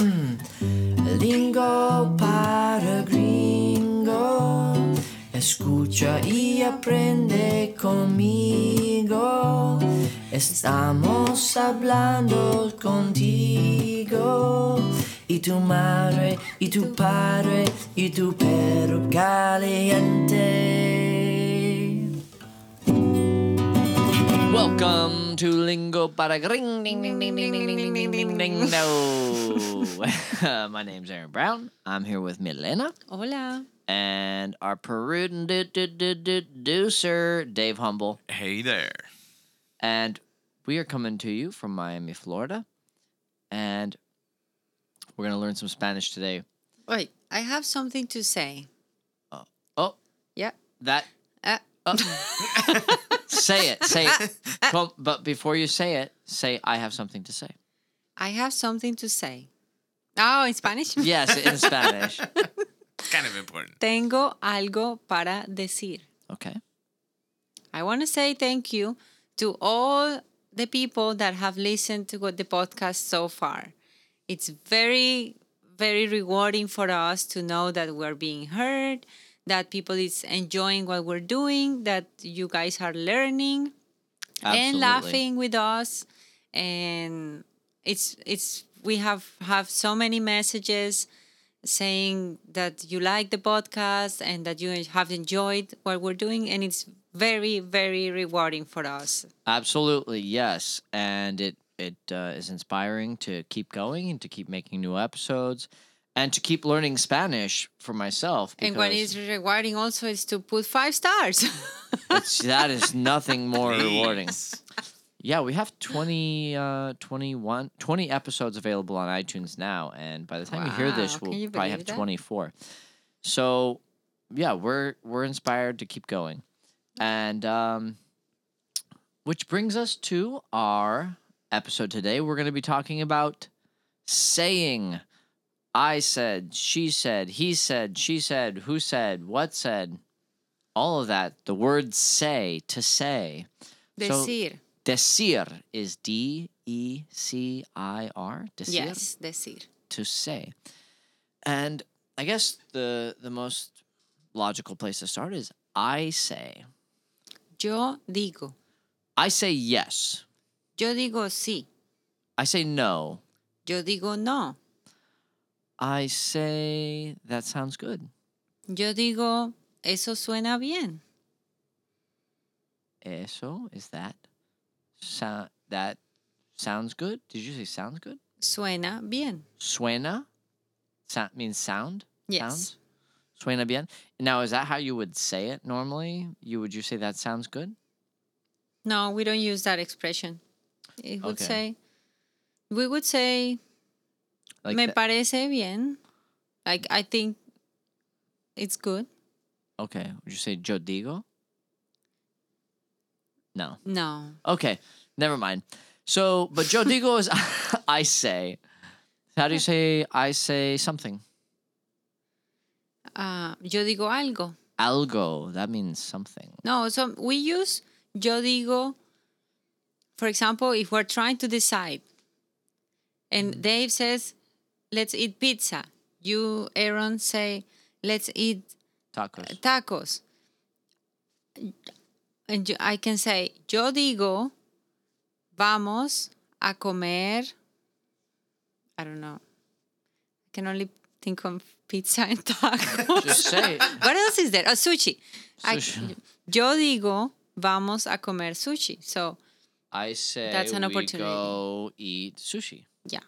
Mm-mm. Lingo para gringo, escucha y aprende conmigo. Estamos hablando contigo y tu madre y tu padre y tu perro caliente. Welcome to Lingo para Gring. Ding, ding, ding, ding, ding, ding, ding, ding, ding, ding. No. My name's Aaron Brown. I'm here with Milena Hola. and our Peruvian du- du- du- du- producer, Dave Humble. Hey there. And we are coming to you from Miami, Florida. And we're going to learn some Spanish today. Wait, I have something to say. Oh, Yeah. that. Uh, Say it. Say it. Come- but before you say it, say, I have something to say. I have something to say. Oh, in Spanish. Yes, in Spanish. Kind of important. Tengo algo para decir. Okay. I want to say thank you to all the people that have listened to what the podcast so far. It's very, very rewarding for us to know that we're being heard, that people is enjoying what we're doing, that you guys are learning and Absolutely. laughing with us. And it's it's we have have so many messages saying that you like the podcast and that you have enjoyed what we're doing and it's very very rewarding for us Absolutely, yes, and it it uh, is inspiring to keep going and to keep making new episodes, and to keep learning Spanish for myself. and what because is rewarding also is to put five stars it's- that is nothing more rewarding. Please. Yeah, we have 20, uh, 21, 20 episodes available on iTunes now, and by the time you hear Wow, this, can we'll you probably believe have that? twenty four. So, yeah, we're we're inspired to keep going, and um, which brings us to our episode today. We're going to be talking about saying. I said, she said, he said, she said, who said, what said, all of that. The word say, to say. So- decir Decir is D E C I R. Decir. yes decir To say. And I guess the the most logical place to start is I say. yo digo I say yes. yo digo sí I say no. yo digo no I say that sounds good. yo digo eso suena bien Eso is that. So, that sounds good. Did you say sounds good? suena bien Suena so, means sound. Yes. Sounds. Suena bien. Now, is that how you would say it normally? You would you say that sounds good? No, we don't use that expression. It would Okay. say, we would say, Like me that- parece bien. Like, I think it's good. okay. Would you say yo digo? No. No. Okay. Never mind. So, but yo digo is I say. How do you say I say something? Uh, yo digo algo. Algo. That means something. No, so we use yo digo, for example, if we're trying to decide and Dave says, let's eat pizza. You, Aaron, say, let's eat Tacos. tacos. And you- I can say, yo digo, vamos a comer. I don't know. I can only think of pizza and tacos. Just say it. what else is there? Oh, sushi. I- Sushi. yo digo, vamos a comer sushi. So, I say That's an we opportunity. go eat sushi. yeah.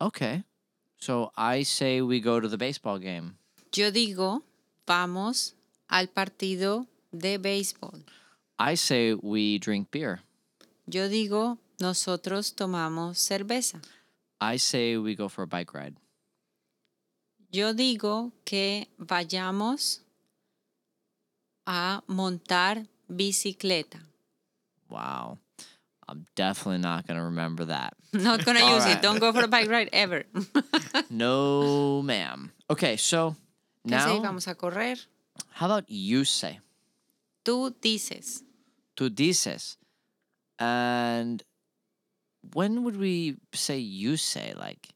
Okay. So I say we go to the baseball game. Yo digo, vamos al partido de béisbol. I say we drink beer. Yo digo, nosotros tomamos cerveza. I say we go for a bike ride. Yo digo que vayamos a montar bicicleta. Wow. I'm definitely not going to remember that. Not gonna use Alright. it. Don't go for a bike ride ever. no, ma'am. Okay, so Que sí, now, vamos a correr. how about you say? Tú dices. Tú dices. And when would we say you say like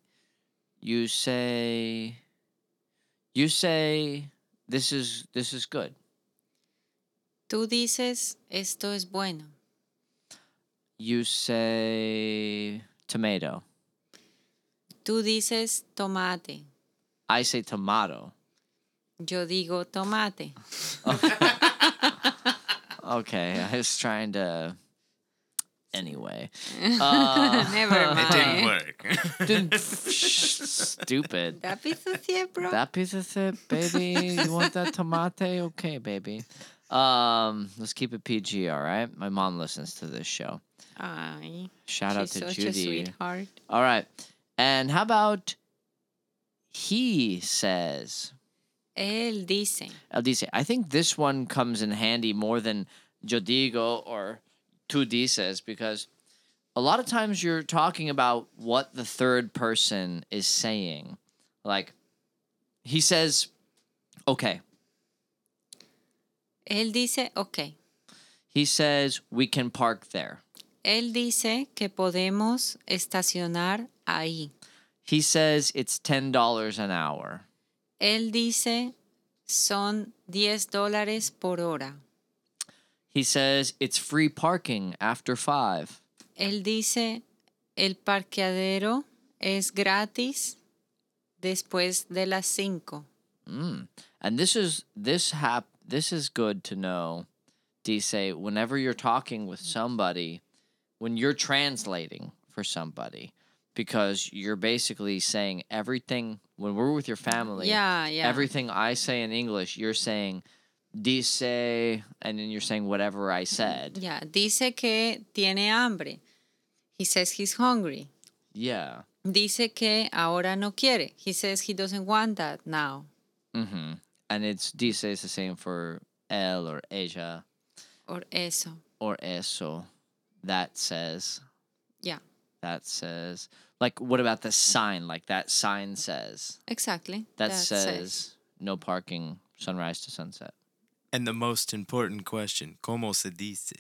you say you say this is this is good. Tú dices, esto es bueno. You say tomato. Tú dices tomate. I say tomato. Yo digo tomate. Okay, I was trying to anyway. Uh, Never It didn't mind. work. didn't- stupid. That piece of shit, bro. That piece of shit, baby. you want that tomate? Okay, baby. Um, let's keep it PG, all right? My mom listens to this show. Ay, Shout she's out to such a Judy. sweetheart. All right. And how about he says? Él dice. El dice. I think this one comes in handy more than yo digo or tú dices because a lot of times you're talking about what the third person is saying. Like he says, okay. Él dice, ok. He says, we can park there. Él dice que podemos estacionar ahí. He says, it's $10 an hour. Él dice, son 10 dólares por hora. He says, it's free parking after five. Él dice, el parqueadero es gratis después de las 5. Mm. And this is this hap this is good to know, Dice, whenever you're talking with somebody, when you're translating for somebody, because you're basically saying everything when we're with your family, Yeah, yeah. everything I say in English, you're saying Dice and then you're saying whatever I said. Yeah, dice que tiene hambre. He says he's hungry. Yeah. Dice que ahora no quiere. He says he doesn't want that now. Mm-hmm. And it's Dice is the same for El or Asia Or eso. or eso. That says Yeah, that says like what about the sign like that sign says exactly. that, says, no parking sunrise to sunset And the most important question, ¿cómo se dice?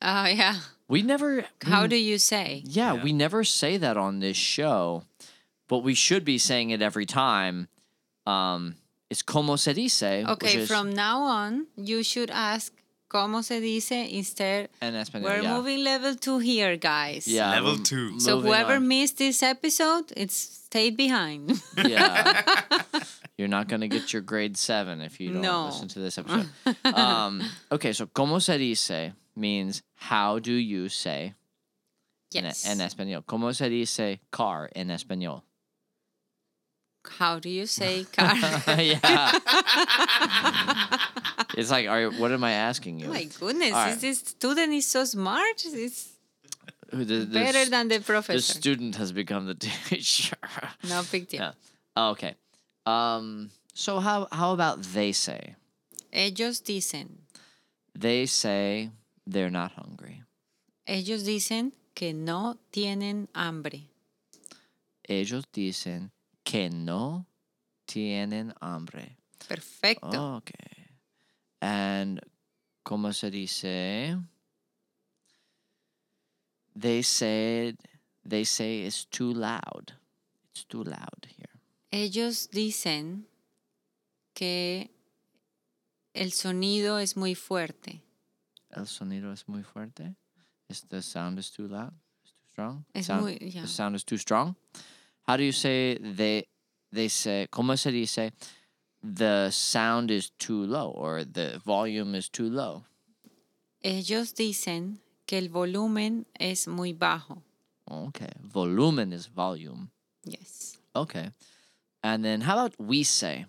Oh, yeah. we never How do you say? yeah, we never say that on this show but we should be saying it every time um it's como se dice which Okay, is from now on, you should ask cómo se dice instead. in Espanol, We're yeah. moving level two here, guys. yeah Level we're two. So moving whoever on. missed this episode, it's stayed behind. yeah you're not going to get your grade 7 if you don't No. listen to this episode um okay so como se dice means how do you say in- yes. En, español. ¿Cómo se dice car en español? How do you say car? yeah. it's like, are, what am I asking you? Oh My goodness, All right. is this student is so smart. It's Who the, the better s- than the the professor. student has become the teacher. no big deal. Yeah. Okay. Um, so how how about they say? Ellos dicen, They say they're not hungry. ellos dicen que no tienen hambre. Ellos dicen que no tienen hambre. Perfecto. Okay. And como se dice? They said they say it's too loud. It's too loud here. Ellos dicen que el sonido es muy fuerte. El sonido es muy fuerte. Is the sound is too loud? It's too strong. Es sound, muy- yeah. The sound is too strong. How do you say they they say como se dice? The sound is too low or the volume is too low. Ellos dicen que el volumen es muy bajo. Okay. Volumen is volume. Yes. Okay. And then how about we say?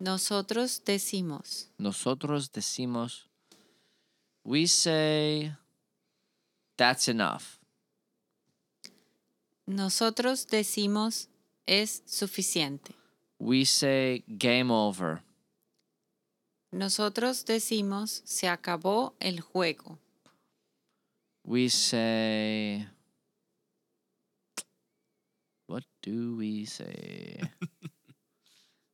Nosotros decimos, Nosotros decimos. We say. That's enough. nosotros decimos es suficiente. We say game over. Nosotros decimos se acabó el juego. We say. What do we say?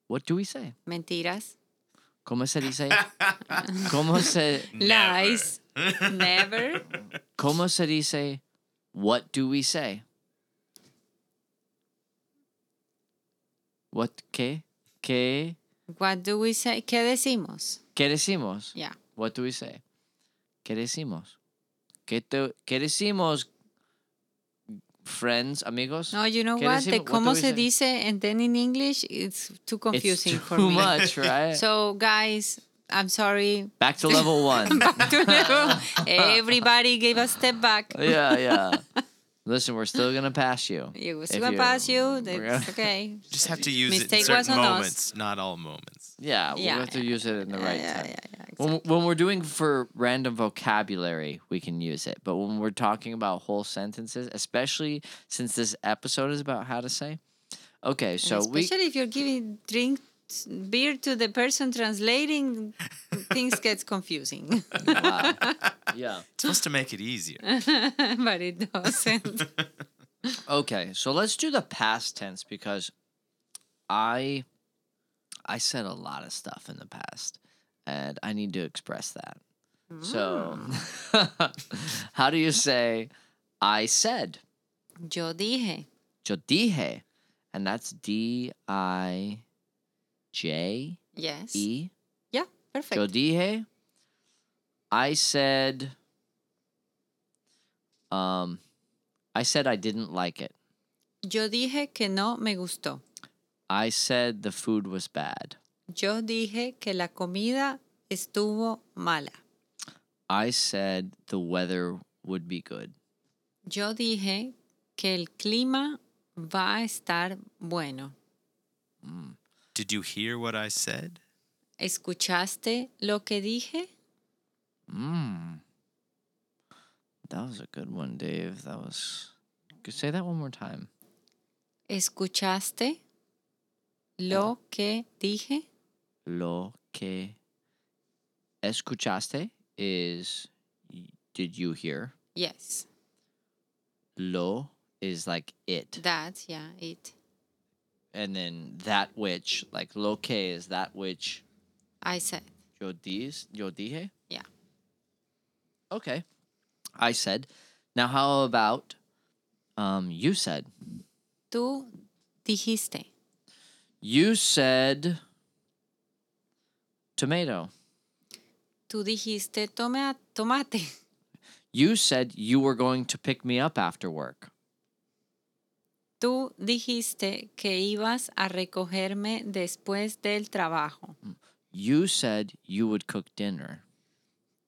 what do we say? Mentiras. ¿Cómo se dice? ¿Cómo se, Lies. Never. ¿Cómo se dice? What do we say? What que que What do we say? ¿Qué decimos? qué decimos? Yeah. What do we say? ¿Qué decimos? ¿Qué, te, qué decimos? Friends, amigos? No, you know ¿Qué what? The decimos? What do cómo we se say? dice and then in English, it's too it's confusing too for me. much, right? So, guys, I'm sorry. Back to level one. Everybody gave a step back. yeah, yeah. Listen, we're still gonna pass you. It was If gonna pass you. It's we're gonna- okay. Just have to use it in Mistake certain wasn't us. moments, not all moments. Yeah, we Yeah, have to use it in the Yeah, right yeah, time. yeah, yeah, When, when we're doing for random vocabulary, we can use it. But when we're talking about whole sentences, especially since this episode is about how to say, okay, so And we especially if you're giving drink beer to the person translating, things gets confusing. wow. yeah. It's supposed to make it easier. but it doesn't. Okay, so let's do the past tense because I I said a lot of stuff in the past and I need to express that. So how do you say I said? Yo dije. Yo dije. And that's D I J Yes. E. Yeah. Yo Perfect. dije. I said um I said I didn't like it. Yo dije que no me gustó. I said the food was bad. Yo dije que la comida estuvo mala. I said the weather would be good. Yo dije que el clima va a estar bueno. Did you hear what I said? ¿Escuchaste lo que dije? Mm. That was a good one, Dave. That was. Could say that one more time. ¿Escuchaste lo que dije? Lo que escuchaste is y- did you hear? Yes. Lo is like it. That, yeah, it. And then that which, like lo que is that which I said. yo dis, yo dije? Yeah. Okay. I said. Now how about um you said? Tú dijiste. You said tomato. Tú dijiste toma, tomate. You said you were going to pick me up after work. Tú dijiste que ibas a recogerme después del trabajo. You said you would cook dinner.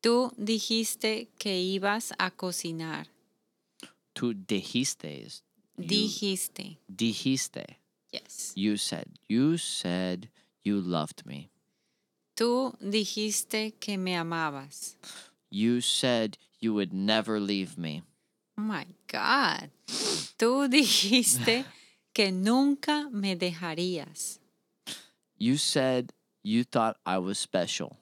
Tú dijiste que ibas a cocinar. Tu dijiste. is you- Dijiste. Dijiste. Yes. You said. You said you loved me. Tú dijiste que me amabas. You said you would never leave me. Oh my God. Tú dijiste que nunca me dejarías. You said you thought I was special.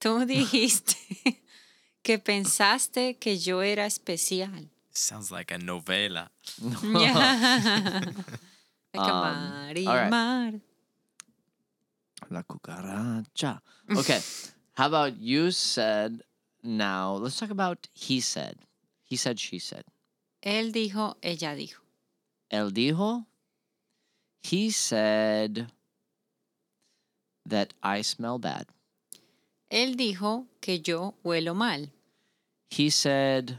Tú dijiste que pensaste que yo era especial. Sounds like a novela. Yeah. Like a Um, mar all right. y mar. La cucaracha. Okay. How about you said now? Let's talk about he said. He said, she said. Él dijo, ella dijo. El dijo. He said that I smell bad. Él dijo que yo huelo mal. He said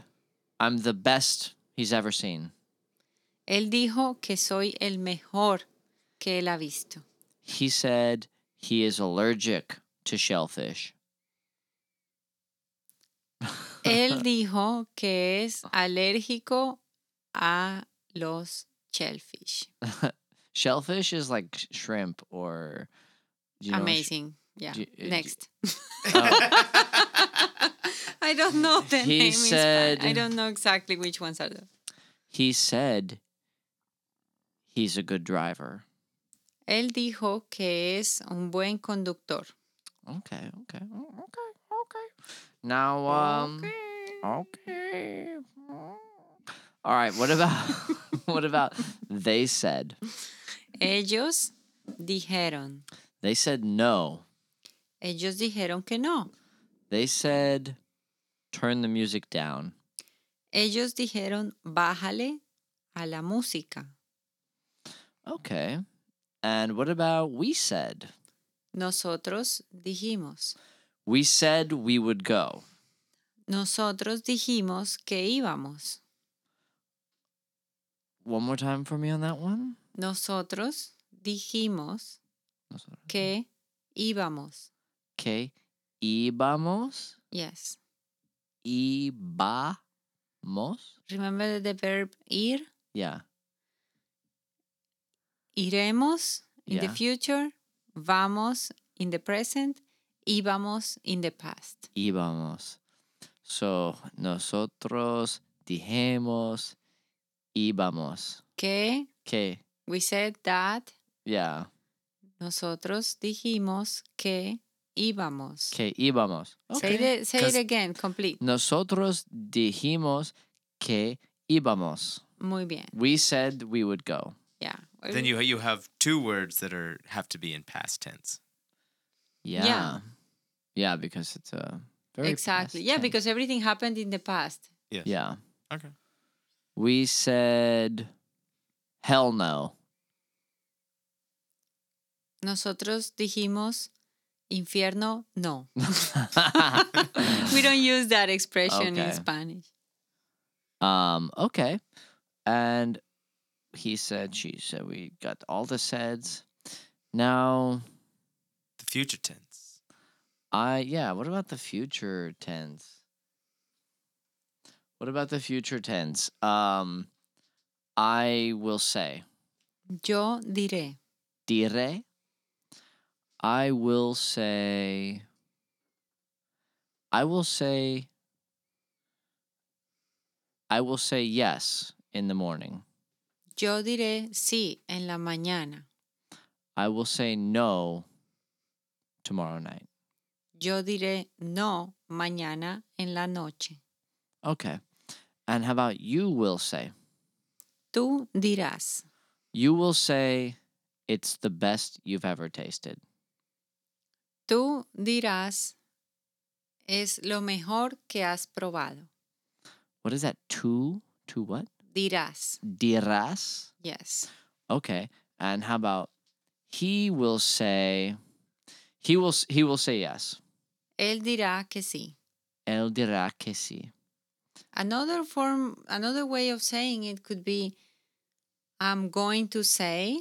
I'm the best he's ever seen. Él dijo que soy el mejor que él ha visto. He said he is allergic to shellfish. Él dijo que es alérgico a los shellfish. Shellfish is like sh- shrimp or you know, sh- Amazing. yeah. do- uh, do- Next. I don't know the He name. said- Is, I don't know exactly which ones are those. he said he's a good driver. Él dijo que es un buen conductor. Okay, okay, o- okay, okay. Now, um, okay. All right. What about what about they said? Ellos dijeron. They said no. Ellos dijeron que no. They said turn the music down. Ellos dijeron, bájale a la música. Okay. And what about we said? Nosotros dijimos, We said we would go. nosotros dijimos que íbamos. One more time for me on that one. Nosotros dijimos Nosotros. que íbamos. Okay. Íbamos. Yes. Íbamos. Remember the verb ir? Yeah. Iremos in the Yeah. future, vamos in the present, íbamos in the past. Íbamos. So nosotros dijimos íbamos. Que Okay. we said that Yeah. nosotros dijimos que íbamos. Okay. Íbamos. Say, Okay. it, say it 'Cause- again, complete. Nosotros dijimos que íbamos. Muy bien. We said we would go. Yeah. Oh, Then you you have two words that are have to be in past tense. Yeah. Yeah. Yeah, because it's a very exactly. past Yeah, tense. because everything happened in the past. Yes. yeah, Okay. we said hell no. Nosotros dijimos infierno no. we don't use that expression Okay. in Spanish. um. Okay, and he said, she said, we got all the said's. Now, The future tense. I yeah. What about the future tense? What about the future tense? Um, I will say. Yo diré. dire. I will say. I will say. I will say yes in the morning. Yo diré sí en la mañana. I will say no tomorrow night. Yo diré no mañana en la noche. Okay. And how about you will say? Tú dirás. You will say it's the best you've ever tasted. Tú dirás es lo mejor que has probado. What is that? To to what? Dirás. Dirás. Yes. Okay. And how about he will say he will s- he will say yes. Él dirá que sí. El dirá que sí. Another form, another way of saying it could be I'm going to say,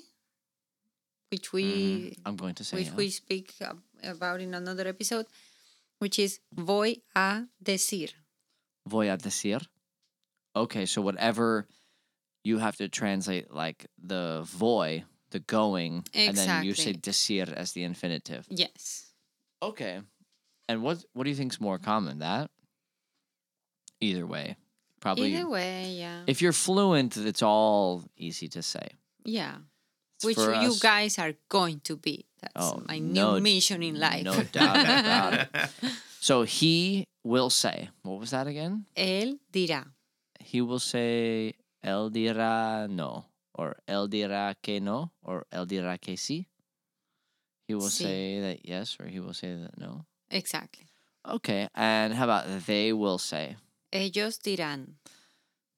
which we Mhm. I'm going to say which yes. we speak ab- about in another episode, which is voy a decir. Voy a decir. Okay, so whatever you have to translate like the voy, the going, and then you say decir as the infinitive. Yes. Okay. And what what do you think's more common? That either way. Probably Either way, yeah. if you're fluent, it's all easy to say. yeah. It's Which for you us- guys are going to be. That's Oh, my no- new mission in life. No doubt about it. So he will say, what was that again? Él dirá. He will say, El dirá no, or El dirá que no, or El dirá que sí. He will Sí. say that yes, or he will say that no. Exactly. Okay, and how about they will say? Ellos dirán.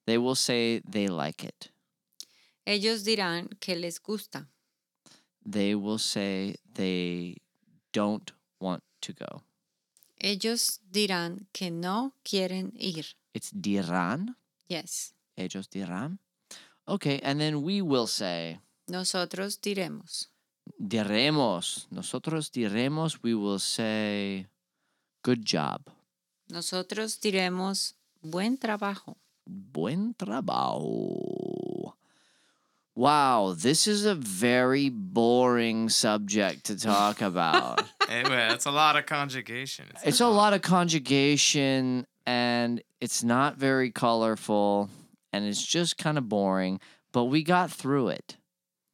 They will say they like it. Ellos dirán que les gusta. They will say they don't want to go. Ellos dirán que no quieren ir. It's dirán. Yes. Ellos dirán. Okay, and then we will say. Nosotros diremos. diremos. Nosotros diremos, we will say, good job. Nosotros diremos buen trabajo. Buen trabajo. Wow, this is a very boring subject to talk about. anyway, that's a lot of conjugation. it's a lot of conjugation and it's not very colorful and it's just kind of boring, but we got through it.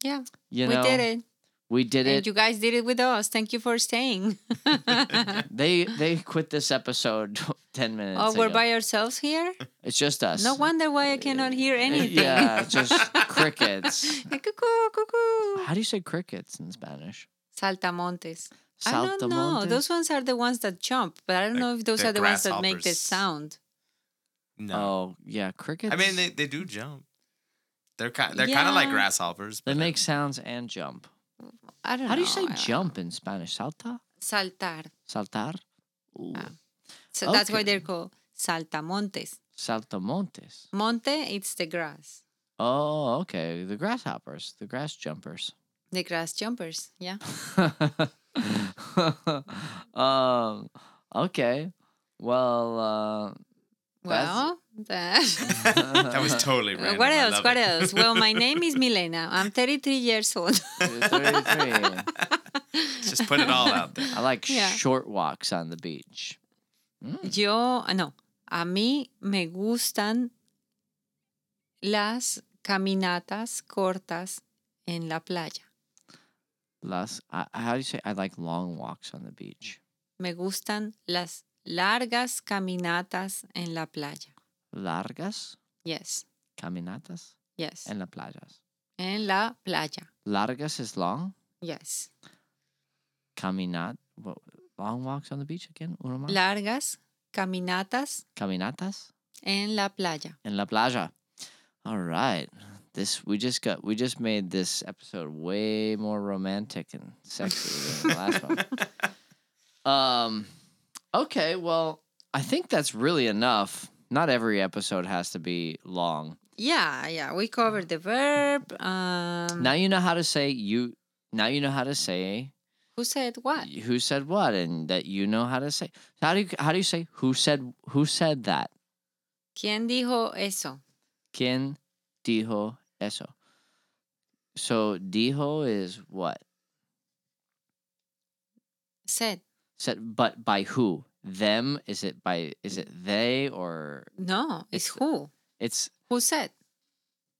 Yeah, You we know, did it. We did and it. you guys did it with us. Thank you for staying. they they quit this episode 10 minutes oh, we're ago. by ourselves here? It's just us. No wonder why I cannot hear anything. Yeah, just crickets. Cuckoo, cuckoo. How do you say crickets in Spanish? Saltamontes. I don't know. Saltamontes? Those ones are the ones that jump, but I don't Like know if those the are the ones that make the grasshoppers. sound. No. Oh yeah, crickets. I mean, they, they do jump. They're kind they're kind of like Yeah. grasshoppers. they but, uh, make sounds and jump. I don't How do you know, say I- jump in Spanish? Salta, Saltar. saltar, Ooh. Ah. So that's why Okay. they're called saltamontes. saltamontes. Monte, it's the grass, Oh, okay. The grasshoppers, the grass jumpers. the grass jumpers. Yeah. um, okay. Well, uh, Well, the- that was totally random. Uh, what I else? love What it. else? Well, my name is Milena. I'm 33 years old. you're 33. Just put it all out there. I like Yeah. short walks on the beach. Yo, ah, no, a mí me gustan las caminatas cortas en la playa. Las, I, how do you say? I like long walks on the beach. Me gustan las largas caminatas en la playa. Largas Yes, caminatas yes. en la playas. En la playa. Largas is long. Yes. Caminat, what, long walks on the beach again. Una más. Largas caminatas Caminatas. en la playa. in La Playa. All right. This we just got we just made this episode way more romantic and sexy than the last one. Um okay, well, I think that's really enough. Not every episode has to be long. Yeah, yeah. We covered the verb. Um, Now you know how to say you now you know how to say who said what? who said what and that you know how to say. How do you how do you say who said who said that? ¿Quién dijo eso? ¿Quién dijo eso? So dijo is what? Said. said but by who them is it by is it they or No, it's It's- who. it's Who said?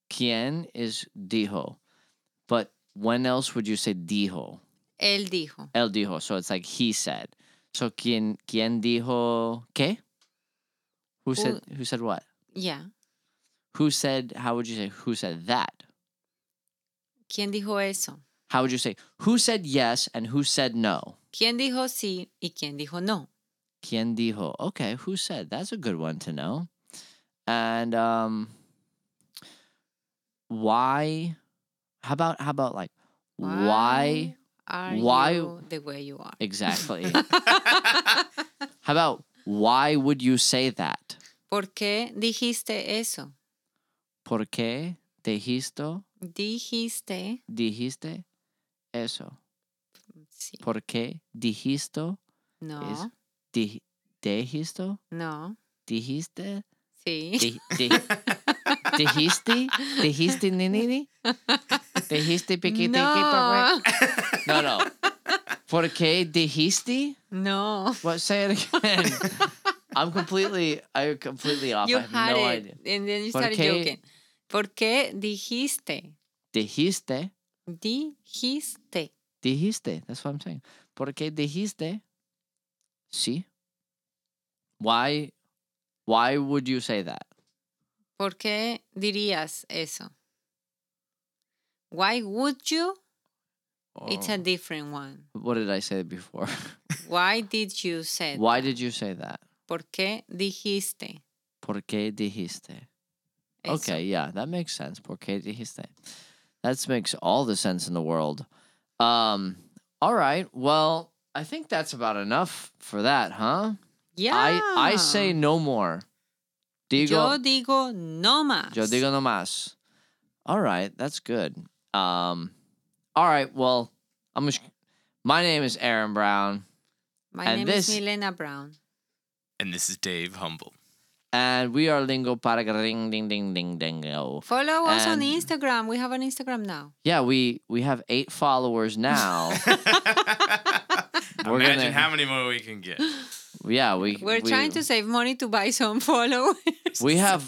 quien is dijo but when else would you say dijo Él dijo. el dijo so it's like he said so quien quien dijo qué who said who said what Yeah. who said how would you say who said that ¿Quién dijo eso? how would you say who said yes and who said no ¿Quién dijo sí y quién dijo no? quien dijo okay who said that's a good one to know and um why how about how about like why are why- you the way you are? exactly how about why would you say that ¿Por qué dijiste eso? por qué dijiste Dijiste. dijiste eso Sí. por qué dijiste No. is di, dijiste No. dijiste Sí. Di- di- dijiste, dijiste ninini, dijiste piquitiquito. no. No, no. ¿Por qué dijiste? no. What? Say it again. I'm completely, I'm completely off. You I have had no it. idea. And then you ¿Por started qué? joking. ¿Por qué dijiste? Dijiste, Dijiste. dijiste. That's what I'm saying. ¿Por qué dijiste? Sí. Why? Why would you say that? ¿Por qué dirías eso? Why would you? It's a Oh, different one. what did I say before? Why did you say Why that? did you say that? ¿Por qué dijiste? ¿Por qué dijiste? eso? Okay, yeah, that makes sense. Porque dijiste. That makes all the sense in the world. Um, all right. Well, I think that's about enough for that, huh? Yeah. I I say no more. Yo Digo, digo no más. yo digo no más. All right, that's good. Um, all right. Well, I'm. Just, my name is Aaron Brown, My and name this- is Milena Brown. And this is Dave Humble. and we are Lingo para Ding Ding Ding Ding Dingo. Follow us on And- Instagram. We have an Instagram now. Yeah, we we have eight followers now. We're Imagine gonna- how many more we can get. Yeah, we We're we- trying to save money to buy some follow. We have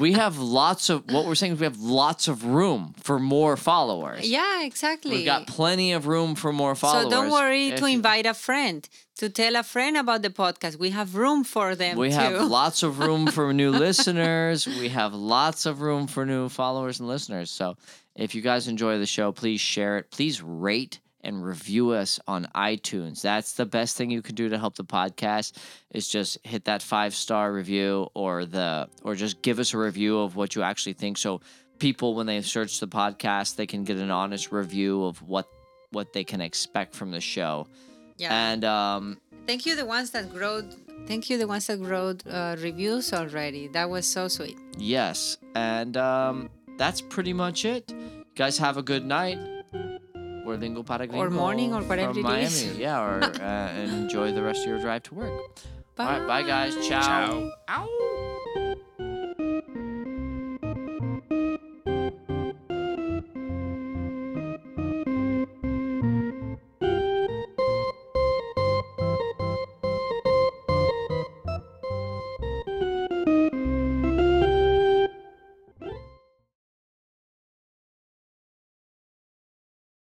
we have lots of what we're saying is we have lots of room for more followers. yeah, exactly. We've got plenty of room for more followers. So don't worry If to you- invite a friend, to tell a friend about the podcast. We have room for them We too. have lots of room for new listeners. We have lots of room for new followers and listeners. So if you guys enjoy the show, please share it. Please rate and review us on iTunes. That's the best thing you can do to help the podcast is just hit that five star review or the or just give us a review of what you actually think. So people when they search the podcast, they can get an honest review of what what they can expect from the show. Yeah. And um thank you the ones that wrote. Thank you the ones that wrote uh, reviews already. That was so sweet. yes, and um that's pretty much it. guys have a good night. Or lingo para gringo morning, or whatever from it Miami. is. Yeah, or uh, and enjoy the rest of your drive to work. Bye. All right, bye guys. Ciao. Ow.